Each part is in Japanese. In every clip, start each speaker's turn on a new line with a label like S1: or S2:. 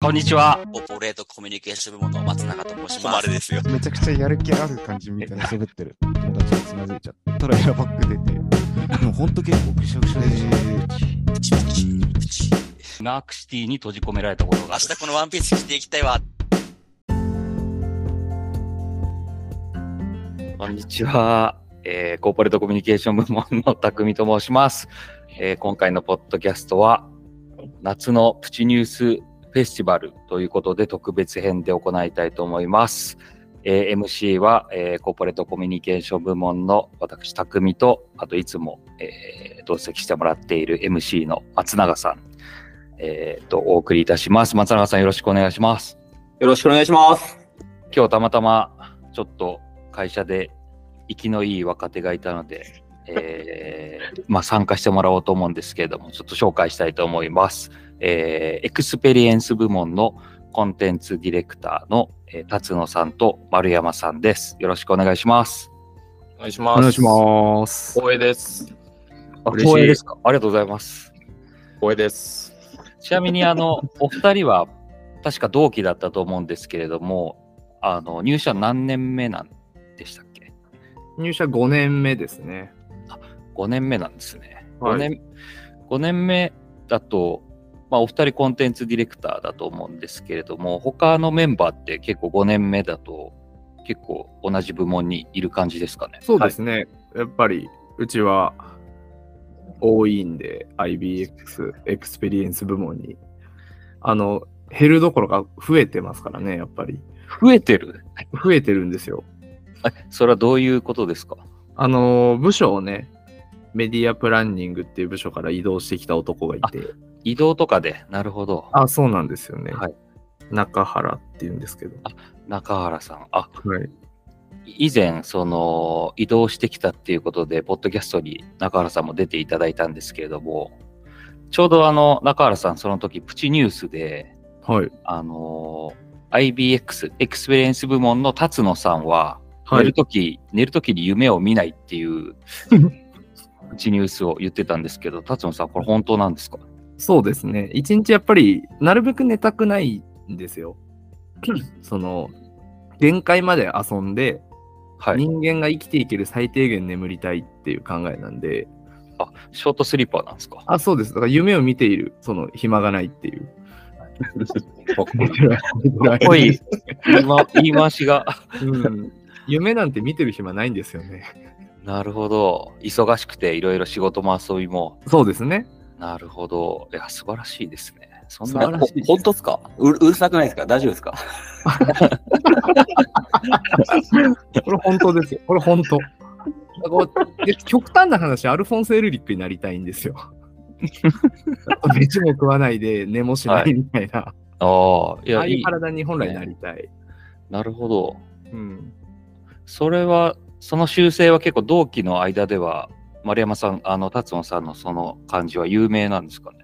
S1: こんにちは。
S2: コーポレートコミュニケーション部門の松永と申し
S3: ま
S2: ますす。ですよ。
S3: めちゃくちゃやる気ある感じみたいな滑ってる友達がつまずいちゃったらエアバッグ出てでもほんと結構びしょびしょで
S2: プチプチプチ
S1: ナークシティに閉じ込められたことが
S2: 明
S1: ある
S2: 日このワンピース着ていきたいわ。
S4: こんにちは、えーコーポレートコミュニケーション部門の匠と申します、えー今回のポッドキャストは夏のプチニュースフェスティバルということで特別編で行いたいと思います。えー MC は、えーコーポレートコミュニケーション部門の私匠とあといつも、えー同席してもらっている MC の松永さん、えーとお送りいたします。松永さんよろしくお願いします。
S5: よろしくお願いします。
S4: 今日たまたまちょっと会社で生きのいい若手がいたので、え ーまあ、参加してもらおうと思うんですけれどもちょっと紹介したいと思います、えーエクスペリエンス部門のコンテンツディレクターの、えー辰野さんと丸山さんですよろしくお願いします
S5: お願いしま
S3: お
S5: す。
S3: 願いします
S5: 光栄です。
S4: あ
S5: 嬉しい
S4: 光栄ですかありがとうございます
S5: 光栄です。
S4: ちなみにあ のお二人は確か同期だったと思うんですけれどもあの入社何年目なんでしたっけ
S6: 入社5年目ですね。
S4: 5年目なんですね。
S6: はい
S4: 5年5年目だと、まあ、お二人コンテンツディレクターだと思うんですけれども、他のメンバーって結構5年目だと、結構同じ部門にいる感じですかね。
S6: そうですね。やっぱり、うちは多いんで、IBX、エクスペリエンス部門に。あの、減るどころか増えてますからね、やっぱり。
S4: 増えてる
S6: 増えてるんですよ。
S4: えそれはどういうことですか
S6: あの、部署をね、メディアプランニングっていう部署から移動してきた男がいて、
S4: 移動とかで、なるほど。
S6: あそうなんですよね。
S4: はい
S6: 中原っていうんですけど。
S4: 中原さん。あ、
S6: はい。
S4: 以前、その、移動してきたっていうことで、ポッドキャストに中原さんも出ていただいたんですけれども、ちょうどあの、中原さん、その時、プチニュースで、
S6: はい。
S4: あのー IBX、エクスペリエンス部門の辰野さんは、
S6: は
S4: 寝る
S6: い。
S4: とき、寝るときに夢を見ないって いう、うちニュースを言ってたんですけど、辰野さん、これ本当なんですか
S6: そうですね。一日やっぱり、なるべく寝たくないんですよ。その、限界まで遊んで、
S4: はい。
S6: 人間が生きていける最低限眠りたいっていう考えなんで、
S4: あ、ショートスリーパーなんですか
S6: あ、そうです。だから夢を見ている、その、暇がないって いう。
S4: かっこいい。言いま 言い回しが。
S6: うん夢なんて見てる暇ないんですよね。
S4: なるほど。忙しくて、いろいろ仕事も遊びも。
S6: そうですね。
S4: なるほど。いや、素晴らしいですね。そん
S6: 素晴
S4: な
S6: らしい
S5: 本当ですかううるさくないですか大丈夫ですか
S6: これ本当ですよ。これ本当。こうで極端な話、アルフォンス・エルリックになりたいんですよ。飯も食わないで寝もしないみたいな、
S4: ああ、い
S6: ああ
S4: や、
S6: い
S4: いうい。
S6: 体に本来なりたい。
S4: なるほど。
S6: うん、
S4: それは、その修正は結構同期の間では、丸山さん、あの、達野さんのその感じは有名なんですかね。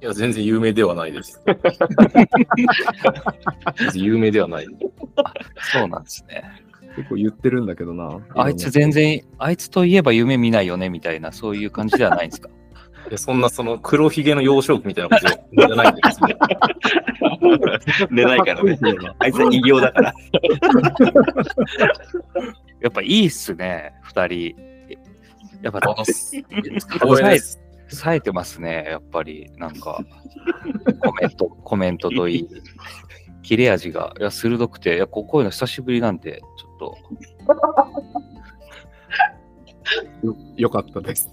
S5: いや、全然有名ではないです。全然有名ではない。
S4: そうなんですね。
S6: 結構言ってるんだけどな。
S4: あいつ全然、あいつといえば夢見ないよね、みたいな、そういう感じではないんですか。
S5: いやそんなその黒ひげの幼少期みたいなことじゃないんですね。
S2: 寝ないからね。
S6: いろんな。
S2: あいつは異形だから。
S4: やっぱいいっすね、二人。やっぱ、
S5: 光栄です。
S4: 冴えてますね、やっぱり。なんか、コメント、コメントといい。切れ味が、いや、鋭くて、いや、こうこういうの久しぶりなんで、ちょっと。
S6: よよかったです。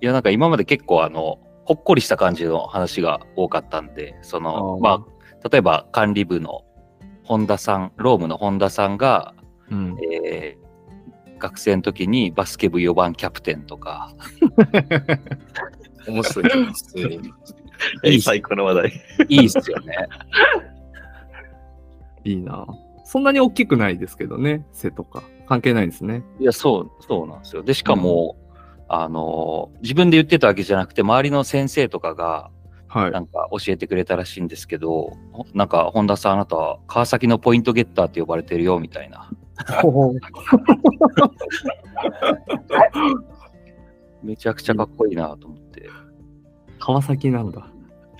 S4: いや、なんか今まで結構あの、ほっこりした感じの話が多かったんで、その、
S6: あー
S4: まあ、例えば管理部の本田さん、ロームの本田さんが、
S6: うん、
S4: えー学生の時にバスケ部4番キャプテンとか、
S5: 面白いです。普通に。
S4: いい
S2: 最高の話題。
S4: いいっすよね。
S6: いいな。そんなに大きくないですけどね、背とか。関係ないですね。
S4: いや、そう、そうなんですよ。で、しかも、あの、自分で言ってたわけじゃなくて、周りの先生とかが、
S6: はい
S4: な。んか教えてくれたらしいんですけど、ほなんか、本田さん、あなたは川崎のポイントゲッターって呼ばれてるよ、みたいな。めちゃくちゃかっこいいなと思って。
S6: 川崎なんだ。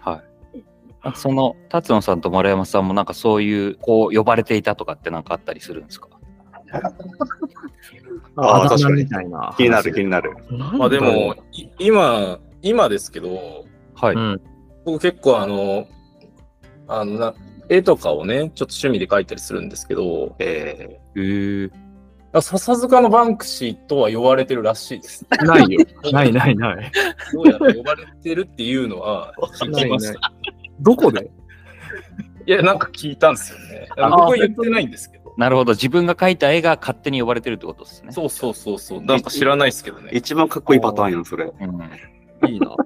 S4: はい。あその達野さんと丸山さんもなんかそういうこう呼ばれていたとかってなんかあったりするんですか
S2: あー確かに
S6: みたいな。
S2: 気になる、気になる。
S5: まあでも、い今、今ですけど、
S4: はい、
S6: うん
S5: 僕結構あの、あのな、絵とかをね、ちょっと趣味で描いたりするんですけど、
S2: え
S4: えー、
S5: あ笹塚のバンクシーとは呼ばれてるらしいです。
S6: ないよ。ないないない。
S5: どうやら呼ばれてるっていうのは聞きました。い
S6: どこで
S5: や、なんか聞いたんですよね。
S6: あ
S5: 僕は言ってないんですけど。
S4: なるほど自分が描いた絵が勝手に呼ばれてるってことですね
S5: そうそうそうそう。なんか知らないですけど
S2: ー、
S5: ね。
S2: 一番かっこいいパターンやん、それ。
S4: うん、
S6: いいな。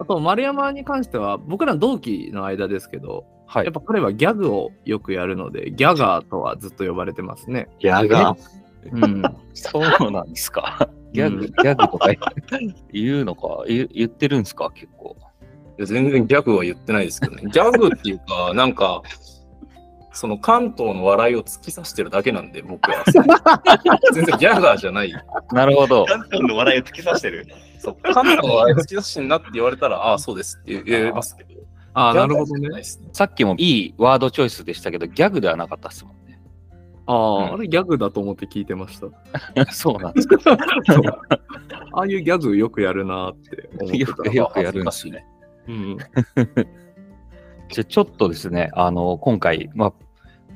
S6: あと、丸山に関しては、僕らの同期の間ですけど、
S4: は
S6: や
S4: い
S6: っぱ彼はギャグをよくやるので、ギャガーとはずっと呼ばれてますね。
S2: やが。
S6: うん。
S4: そうなんですか ギャグ、
S6: うん
S4: ギャグとか言う 言うのか言言ってるんですか結構
S5: いや全然ギャグは言ってないですけどね。ギャグっていうか、なんか、その関東の笑いを突き刺してるだけなんで、僕 は。全然ギャガーじゃない。
S4: なるほ ど
S2: ントンの笑いを突き刺してる。
S5: そう関東の笑いを突き刺してるなって言われたら、ああ、そうですって言えますけど。
S6: ああ、
S5: ギ
S6: な
S5: ャ
S6: る
S5: ガ
S6: ほ
S5: ーじ
S6: ど
S5: ゃな
S6: ね。
S5: いですね。
S4: さっきもいいワードチョイスでしたけどギャグではなかったですもんね
S6: あ
S4: うん
S6: あ、あれギャグだと思って聞いて ました。
S4: そうなんです
S6: そうああいうギャグよくやるなーって思って
S4: よ
S6: た
S4: く。よくやるんですね
S6: うん。
S4: じゃあちょっとですね、あの、今回、まあ、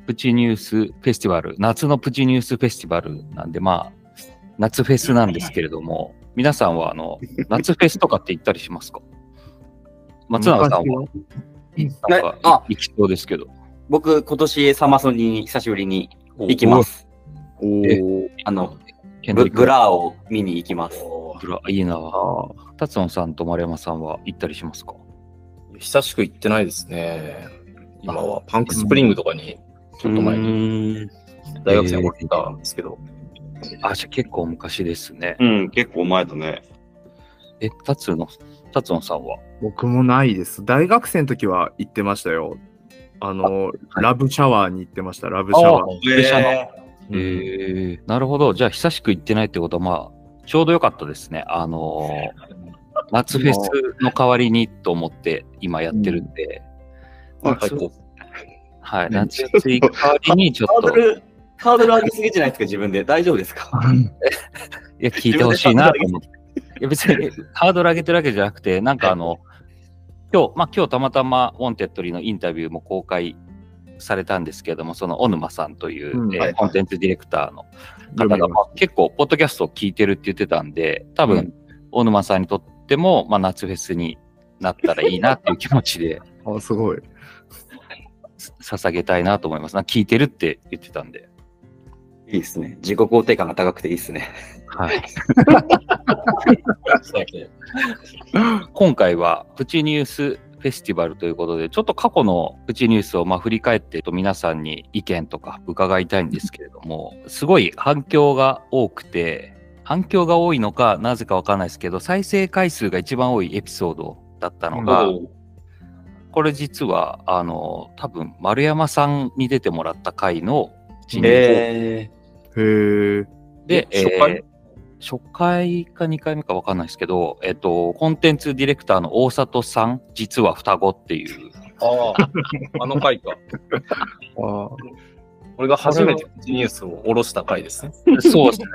S4: プチニュースフェスティバル、夏のプチニュースフェスティバルなんで、まあ、夏フェスなんですけれども、皆さんは、あの、夏フェスとかって行ったりしますか松永さんは、なん
S7: ねあ
S4: か、行きそうですけど。
S7: 僕、今年サマソニに久しぶりに行きます。
S6: おー
S7: あの、
S4: ケンド
S7: ブ
S4: リック
S7: ブラーを見に行きます。
S4: ブラ、いいなぁ。
S6: ああ。
S4: 達野さんと丸山さんは行ったりしますか
S5: 久しく行ってないですね。今はパンクスプリングとかに、ちょっと前に
S7: に。
S5: 大学生の頃行ったんですけど。
S4: あ、じゃあ結構昔ですね。
S2: うん、結構前だね。
S4: え、達野、達野さんは
S6: 僕もないです。大学生の時は行ってましたよ。あの、
S4: い
S6: ラブシャワーに行ってました、ラブシャワー。
S2: えー、
S4: えー、なるほど。じゃあ、久しく行ってないってことは、まあ、ちょうどよかったですね。あのー夏フェスの代わりにと思って今やってるんで、
S2: うん
S4: 夏はい、夏フェス行く代わりにちょ
S7: ハ
S4: っ
S7: ード
S4: と、い
S7: ル、ハードル上げすぎじゃないですか、自分で。大丈夫ですか
S4: や、聞いてほしいなと思って。いや、別にハードル上げてるわけじゃなくて、なんかあの、今日、まあ今日たまたま、オンテッドリーのインタビューも公開されたんですけれども、その小沼さんという、
S6: うん
S4: えー
S2: はいはい
S4: コンテンツディレクターの
S6: 読
S4: 方
S6: め
S4: が、
S6: ま
S4: まあ、結構、ポッドキャストを聞いてるって言ってたんで、多分、小沼さんにとっても、まあ、夏フェスになったらいいなっていう気持ちで
S6: ああ、すごい。
S4: 捧げたいなと思います。なんか聞いてるって言ってたんで。
S7: いいですね。自己肯定感が高くていいですね。
S4: はい、今回は、プチニュースフェスティバルということで、ちょっと過去のプチニュースをまあ振り返って、皆さんに意見とか伺いたいんですけれども、すごい反響が多くて、反響が多いのか、なぜかわかんないですけど、再生回数が一番多いエピソードだったのが、これ実は、あの、多分丸山さんに出てもらった回の人
S7: え
S6: へえ。
S4: で、
S5: え初回
S4: えー初回か2回目か分かんないですけど、えっと、コンテンツディレクターの大里さん、実は双子って いう、
S5: ああ、あの回か。
S6: ああ。
S5: 俺が初めてニュースを下ろした回ですね。
S4: そうですね。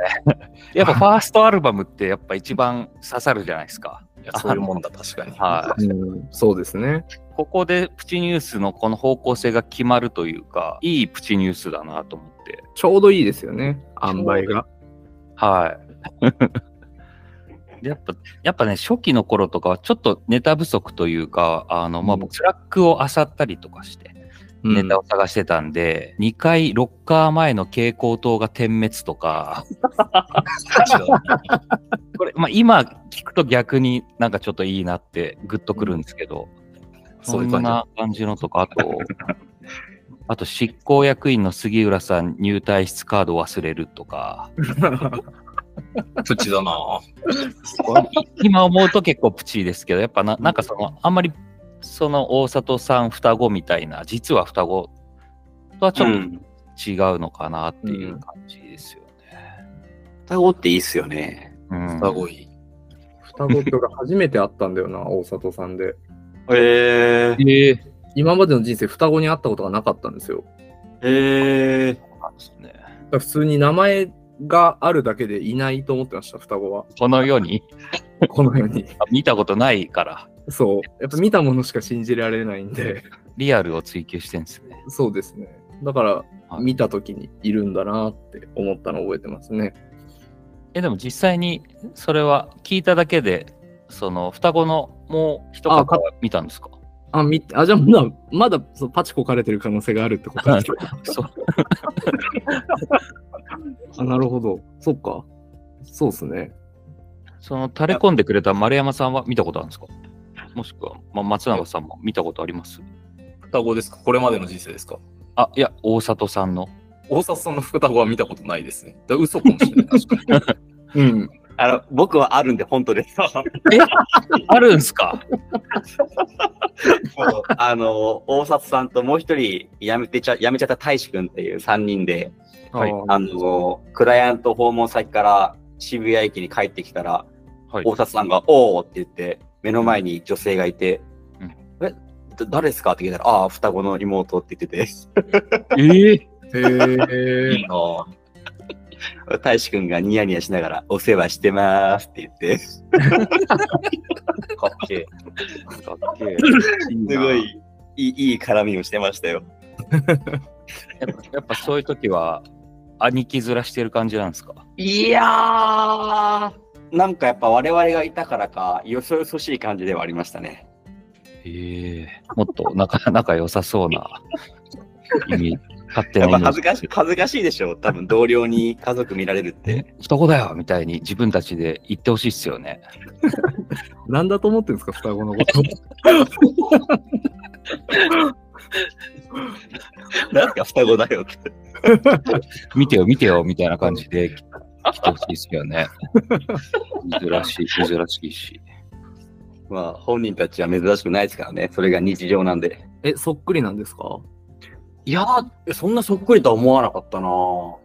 S4: やっぱファーストアルバムってやっぱ一番刺さるじゃないですか。
S5: いやそういうもんだ、確かに。
S4: は
S6: うん、そうですね。
S4: ここでプチニュースのこの方向性が決まるというか、いいプチニュースだなと思って。
S6: ちょうどいいですよね、塩梅が。
S4: はい。 でやっぱ、やっぱね、初期の頃とかはちょっとネタ不足というか、あの、まあ、
S6: うん
S4: 僕、スラックを漁ったりとかして、ネタを探してたんで、2回ロッカー前の蛍光灯が点滅とか、 これ、まあ、今聞くと逆になんかちょっといいなってグッとくるんですけど、
S5: そ
S4: そう
S5: いう
S4: うそん
S5: 感じ。
S4: な感じのとか、あと、 あと執行役員の杉浦さん入退室カード忘れるとか、
S5: プチだな。
S4: 今思うと結構プチですけど、やっぱななんかその、あんまりその大里さん双子みたいな、実は双子とはち
S7: う
S4: ょっ
S7: ん。
S4: と違うのかなっていう感じですよね。
S7: 双子っていいっすよね。
S4: うん
S5: 双子いい。
S6: 双子って俺初めて会ったんだよな、大里さんで。
S7: えー、
S4: ええ
S6: 今までの人生双子に会ったことがなかったんですよ。
S7: え
S4: ね。
S7: ー、
S6: だから普通に名前があるだけでいないと思ってました、双子は。
S4: この世に
S6: このよう に。
S4: あ見たことないから、
S6: そう。やっぱ見たものしか信じられないんで、
S4: リアルを追求してんですね。
S6: そうですね。だから、
S4: はい
S6: 見た時にいるんだなって思ったのを覚えてますね。
S4: え、でも実際にそれは聞いただけで、その双子のもう一方
S6: あか
S4: は見たんですか
S6: あ、みあじゃあまだ、まだそうパチコかれてる可能性があるってことですか
S4: そう
S6: あなるほど。そっか。そうですね。
S4: その垂れ込んでくれた丸山さんは見たことあるんですかもしくは、ま、松永さんも見たことあります
S5: 双子ですかこれまでの人生ですか
S4: あ、いや、大里さんの。
S5: 大里さんの双子は見たことないですね。だから嘘かもし れない。確かに。
S6: うん。
S2: あの、僕はあるんで、本当 です。
S4: あるんすか
S2: そう
S7: あの、大里さんともう一人、やめてちゃ、やめちゃった大志くんっていう三人で、
S4: はい
S6: あー
S7: あの、クライアント訪問先から渋谷駅に帰ってきたら、
S4: はい。
S7: 大里さんが、おーって言って、目の前に女性がいて、え、だ誰ですかって聞いたら、ああ、双子の妹って言ってて、
S4: ええ
S6: へえ。
S7: 大志くんがニヤニヤしながら、お世話してますって言って、す
S4: かっけえ。かっけ え。
S7: ごい、いい、いい絡みをしてましたよ。
S4: やっぱやっぱそういう時は、兄貴面してる感じなんですか
S7: いやー、なんかやっぱ我々がいたからか、よそよそしい感じではありましたね。
S4: ええもっと仲仲良さそう な意味、勝手
S7: やっ
S4: なイメ
S7: ぱ
S4: ージ
S7: 恥ずかし恥ずかしいでしょ、多分同僚に家族見られるって。
S4: 双子だよみたいに自分たちで言ってほしいっすよね。
S6: なんだと思ってるんですか、双子の こと。
S7: なんか双子だよって。
S4: 見てよ見てよみたいな感じで来てほしいっすよね。珍しい、珍しいし。
S7: まあ本人たちは珍しくないですからね、それが日常なんで。
S6: え、そっくりなんですか
S7: いやー、そんなそっくりとは思わなかったなぁ。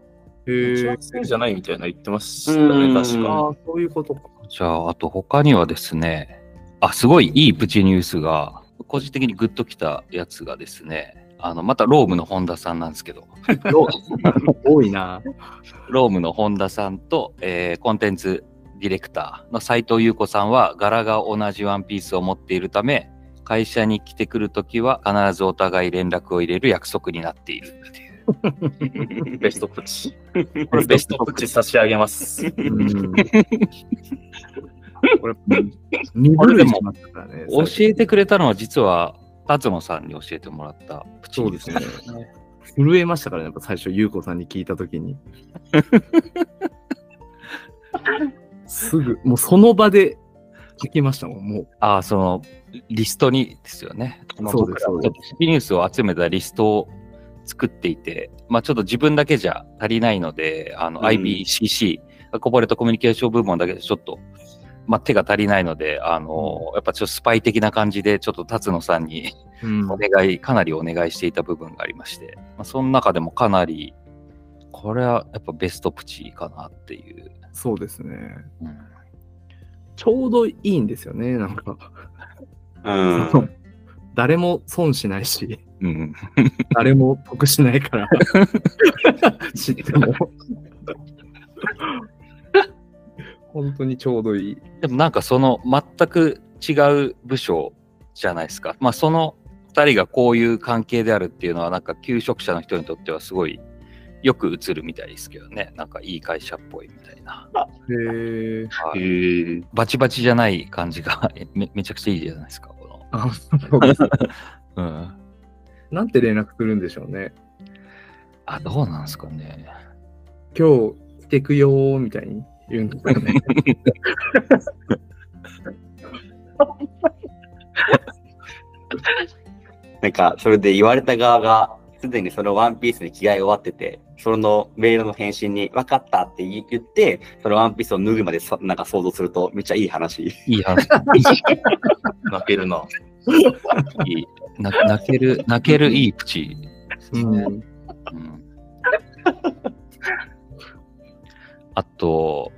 S6: へ
S5: 一
S6: え
S5: 番。好きじゃないみたいな言ってました
S7: うん
S5: ね、確か。
S6: ああ、そういうことか。
S4: じゃあ、あと他にはですね、あ、すごいいいプチニュースが、個人的にグッときたやつがですね、あの、またロームの本田さんなんですけど、
S6: 多いな。
S4: ロームの本田さんと、えーコンテンツディレクターの斉藤優子さんは柄が同じワンピースを持っているため会社に来てくるときは必ずお互い連絡を入れる約束になっているっていう
S5: ベストプチ。これベストプチ差し上げ ます。
S6: うん。 これ、二部類しまったからね。
S4: 教えてくれたのは実は辰野さんに教えてもらったプチ
S6: そう
S4: ニュ
S6: で
S4: ース
S6: すね。 震えましたからね、やっぱ最初、ゆうこさんに聞いたときに。すぐ、もうその場で書きましたもん、もう。
S4: ああそのリストにですよね
S6: そうです
S4: 僕らちょっとプチニュースを集めたリストを作っていて、まあ、ちょっと自分だけじゃ足りないので、あの
S7: うん
S4: IBCC、コボレットコミュニケーション部門だけでちょっと、まあ、手が足りないので、あのやっぱちょっとスパイ的な感じで、ちょっと辰野さんに
S6: うん
S4: お願い、かなりお願いしていた部分がありまして、まあ、その中でもかなり、これはやっぱベストプチかなっていう。
S6: そうですね。
S4: うん
S6: ちょうどいいんですよね、なんか。
S2: うん。
S6: 誰も損しないし、
S4: うん、
S6: 誰も得しないから。 知っても。本当にちょうどいい。
S4: でもなんかその全く違う部署じゃないですか。まあその2人がこういう関係であるっていうのはなんか求職者の人にとってはすごいよく映るみたいですけどね。なんかいい会社っぽいみたいな。
S6: へえ。
S4: は
S2: え
S4: い
S2: ー
S4: バチバチじゃない感じが めめちゃくちゃいいじゃないですか。この
S6: あ、そうです
S4: うん、
S6: なんて連絡するんでしょうね。
S4: あ、どうなんですかね。
S6: 今日来てくよーみたいに言うんですかね。
S7: なんかそれで言われた側が、すでにそのワンピースに着替え終わってて、そのメールの返信に分かったって言って、そのワンピースを脱ぐまでさなんか想像するとめっちゃいい話。
S4: いい話。
S5: 泣けるな。
S4: いいな泣ける、泣けるいいプチですね。
S6: うん。
S4: うんあと、